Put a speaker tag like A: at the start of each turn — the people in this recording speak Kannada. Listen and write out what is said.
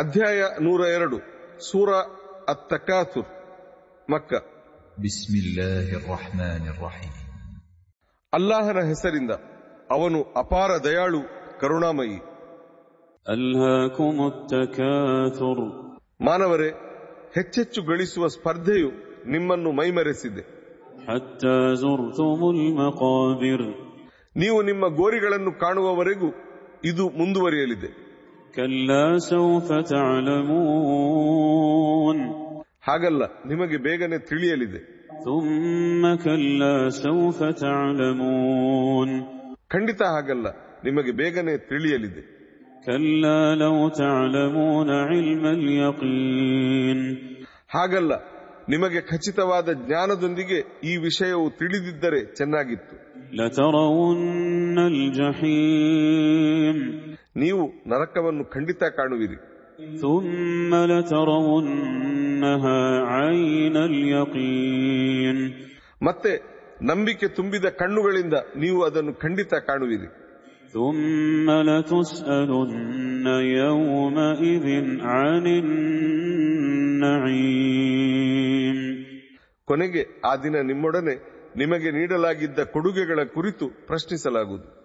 A: ಅಧ್ಯಾಯ ನೂರ ಎರಡು ಸೂರ ಅತ್ತಕಾಸುರ್ ಮಕ್ಕ
B: بسم الله الرحمن الرحيم
A: ಅಲ್ಲಾಹನ ಹೆಸರಿಂದ ಅವನು ಅಪಾರ ದಯಾಳು ಕರುಣಾಮಯಿ
C: ألهاكم التكاثر
A: ಮಾನವರೇ ಹೆಚ್ಚೆಚ್ಚು ಗಳಿಸುವ ಸ್ಪರ್ಧೆಯು ನಿಮ್ಮನ್ನು ಮೈಮರೆಸಿದೆ
C: حتى زرتم المقابر
A: ನೀವು ನಿಮ್ಮ ಗೋರಿಗಳನ್ನು ಕಾಣುವವರೆಗೂ ಇದು ಮುಂದುವರಿಯಲಿದೆ
C: كلا سوف تعلمون
A: ಹಾಗಲ್ಲ ನಿಮಗೆ ಬೇಗನೆ ತಿಳಿಯಲಿದೆ
C: ثم كلا سوف تعلمون
A: ಖಂಡಿತ ಹಾಗಲ್ಲ ನಿಮಗೆ ಬೇಗನೆ ತಿಳಿಯಲಿದೆ
C: كلا لو تعلمون علم اليقين
A: ಹಾಗಲ್ಲ ನಿಮಗೆ ಖಚಿತವಾದ ಜ್ಞಾನದೊಂದಿಗೆ ಈ ವಿಷಯವು ತಿಳಿದಿದ್ದರೆ ಚೆನ್ನಾಗಿತ್ತು
C: لترون الجحيم
A: ನೀವು ನರಕವನ್ನು ಖಂಡಿತ ಕಾಣುವಿರಿ
C: ثم لترونها عين اليقين
A: ಮತ್ತೆ ನಂಬಿಕೆ ತುಂಬಿದ ಕಣ್ಣುಗಳಿಂದ ನೀವು ಅದನ್ನು ಖಂಡಿತ ಕಾಣುವಿರಿ
C: ثم لتسألن يومئذ عن النعيم
A: ಕೊನೆಗೆ ಆ ದಿನ ನಿಮ್ಮೊಡನೆ ನಿಮಗೆ ನೀಡಲಾಗಿದ್ದ ಕೊಡುಗೆಗಳ ಕುರಿತು ಪ್ರಶ್ನಿಸಲಾಗುವುದು